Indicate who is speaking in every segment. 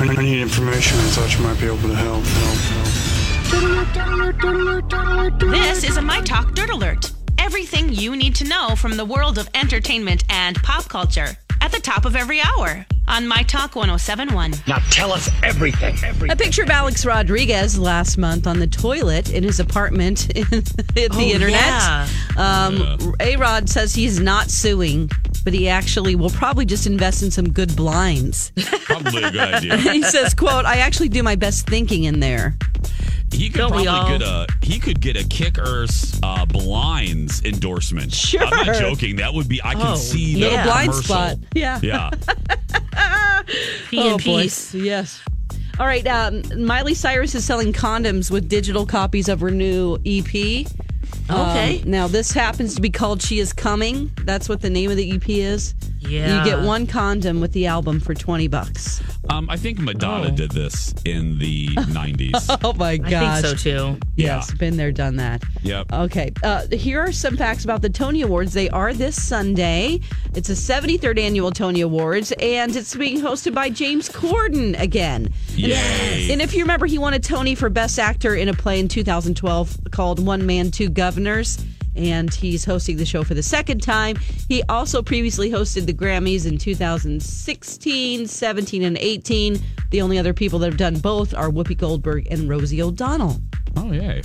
Speaker 1: I I need information. I thought you might be able to help. help, help.
Speaker 2: This is a My Talk Dirt Alert. Everything you need to know from the world of entertainment and pop culture at the top of every hour on My Talk 1071.
Speaker 3: Now tell us everything.
Speaker 4: A picture of Alex Rodriguez last month on the toilet in his apartment in the internet.
Speaker 2: Oh, yeah.
Speaker 4: Um, A Rod says he's not suing, but he actually will probably just invest in some good blinds.
Speaker 5: Probably a good idea.
Speaker 4: he says, "quote I actually do my best thinking in there."
Speaker 5: He could
Speaker 2: Don't we all?
Speaker 5: probably get a he could get a kickers uh, blinds endorsement.
Speaker 4: Sure.
Speaker 5: I'm not joking. That would be I can
Speaker 2: Oh,
Speaker 5: see the
Speaker 2: little
Speaker 4: blind
Speaker 5: commercial.
Speaker 4: spot. Yeah. Oh,
Speaker 5: Yeah.
Speaker 2: Pee in peace.
Speaker 4: Boy. Yes. All right. Um, Miley Cyrus is selling condoms with digital copies of her new E EP. Um,
Speaker 2: Okay.
Speaker 4: now this happens to be called "She Is Coming." That's what the name of the EP is.
Speaker 2: Yeah.
Speaker 4: You get one condom with the album for twenty bucks.
Speaker 5: Um, I think Madonna
Speaker 2: Oh.
Speaker 5: did this in the 90s.
Speaker 4: Oh my
Speaker 2: I
Speaker 4: gosh.
Speaker 2: think so too.
Speaker 4: Yes, been there, done that.
Speaker 5: Yep.
Speaker 4: Okay. Uh, here are some facts about the Tony Awards. They are this Sunday. It's the 73rd annual Tony Awards, and it's being hosted by James Corden again.
Speaker 5: Yay.
Speaker 4: And if you remember, he won a Tony for Best Actor in a play in 2012 called One Man, Two Governors. And he's hosting the show for the second time. He also previously hosted the Grammys in 2016, 17, and 18. The only other people that have done both are Whoopi Goldberg and Rosie O'Donnell.
Speaker 5: Oh, yay.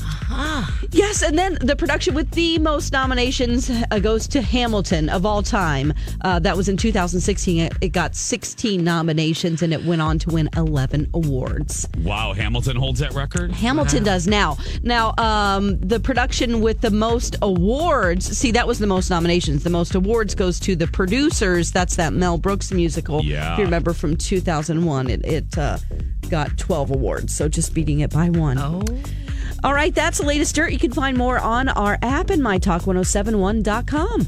Speaker 4: Yes, and then the production with the most nominations uh, goes to Hamilton of all time. Uh, that was in 2016. It, it got 16 nominations and it went on to win 11 awards.
Speaker 5: Wow, Hamilton holds that record?
Speaker 4: Hamilton does now. Now, um, the production with the most awards, see, that was the most nominations. The most awards goes to the producers. That's that Mel Brooks musical.
Speaker 5: Yeah.
Speaker 4: If you remember from 2001, it, it uh, got 12 awards, so just beating it by one. Oh. All right, that's the latest dirt. You can find more on our app and mytalk1071.com.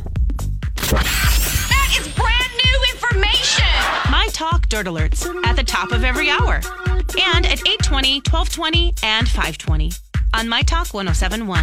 Speaker 6: That is brand new information.
Speaker 2: My Talk Dirt Alerts at the top of every hour and at 820, 1220, and 520 on My Talk 1071.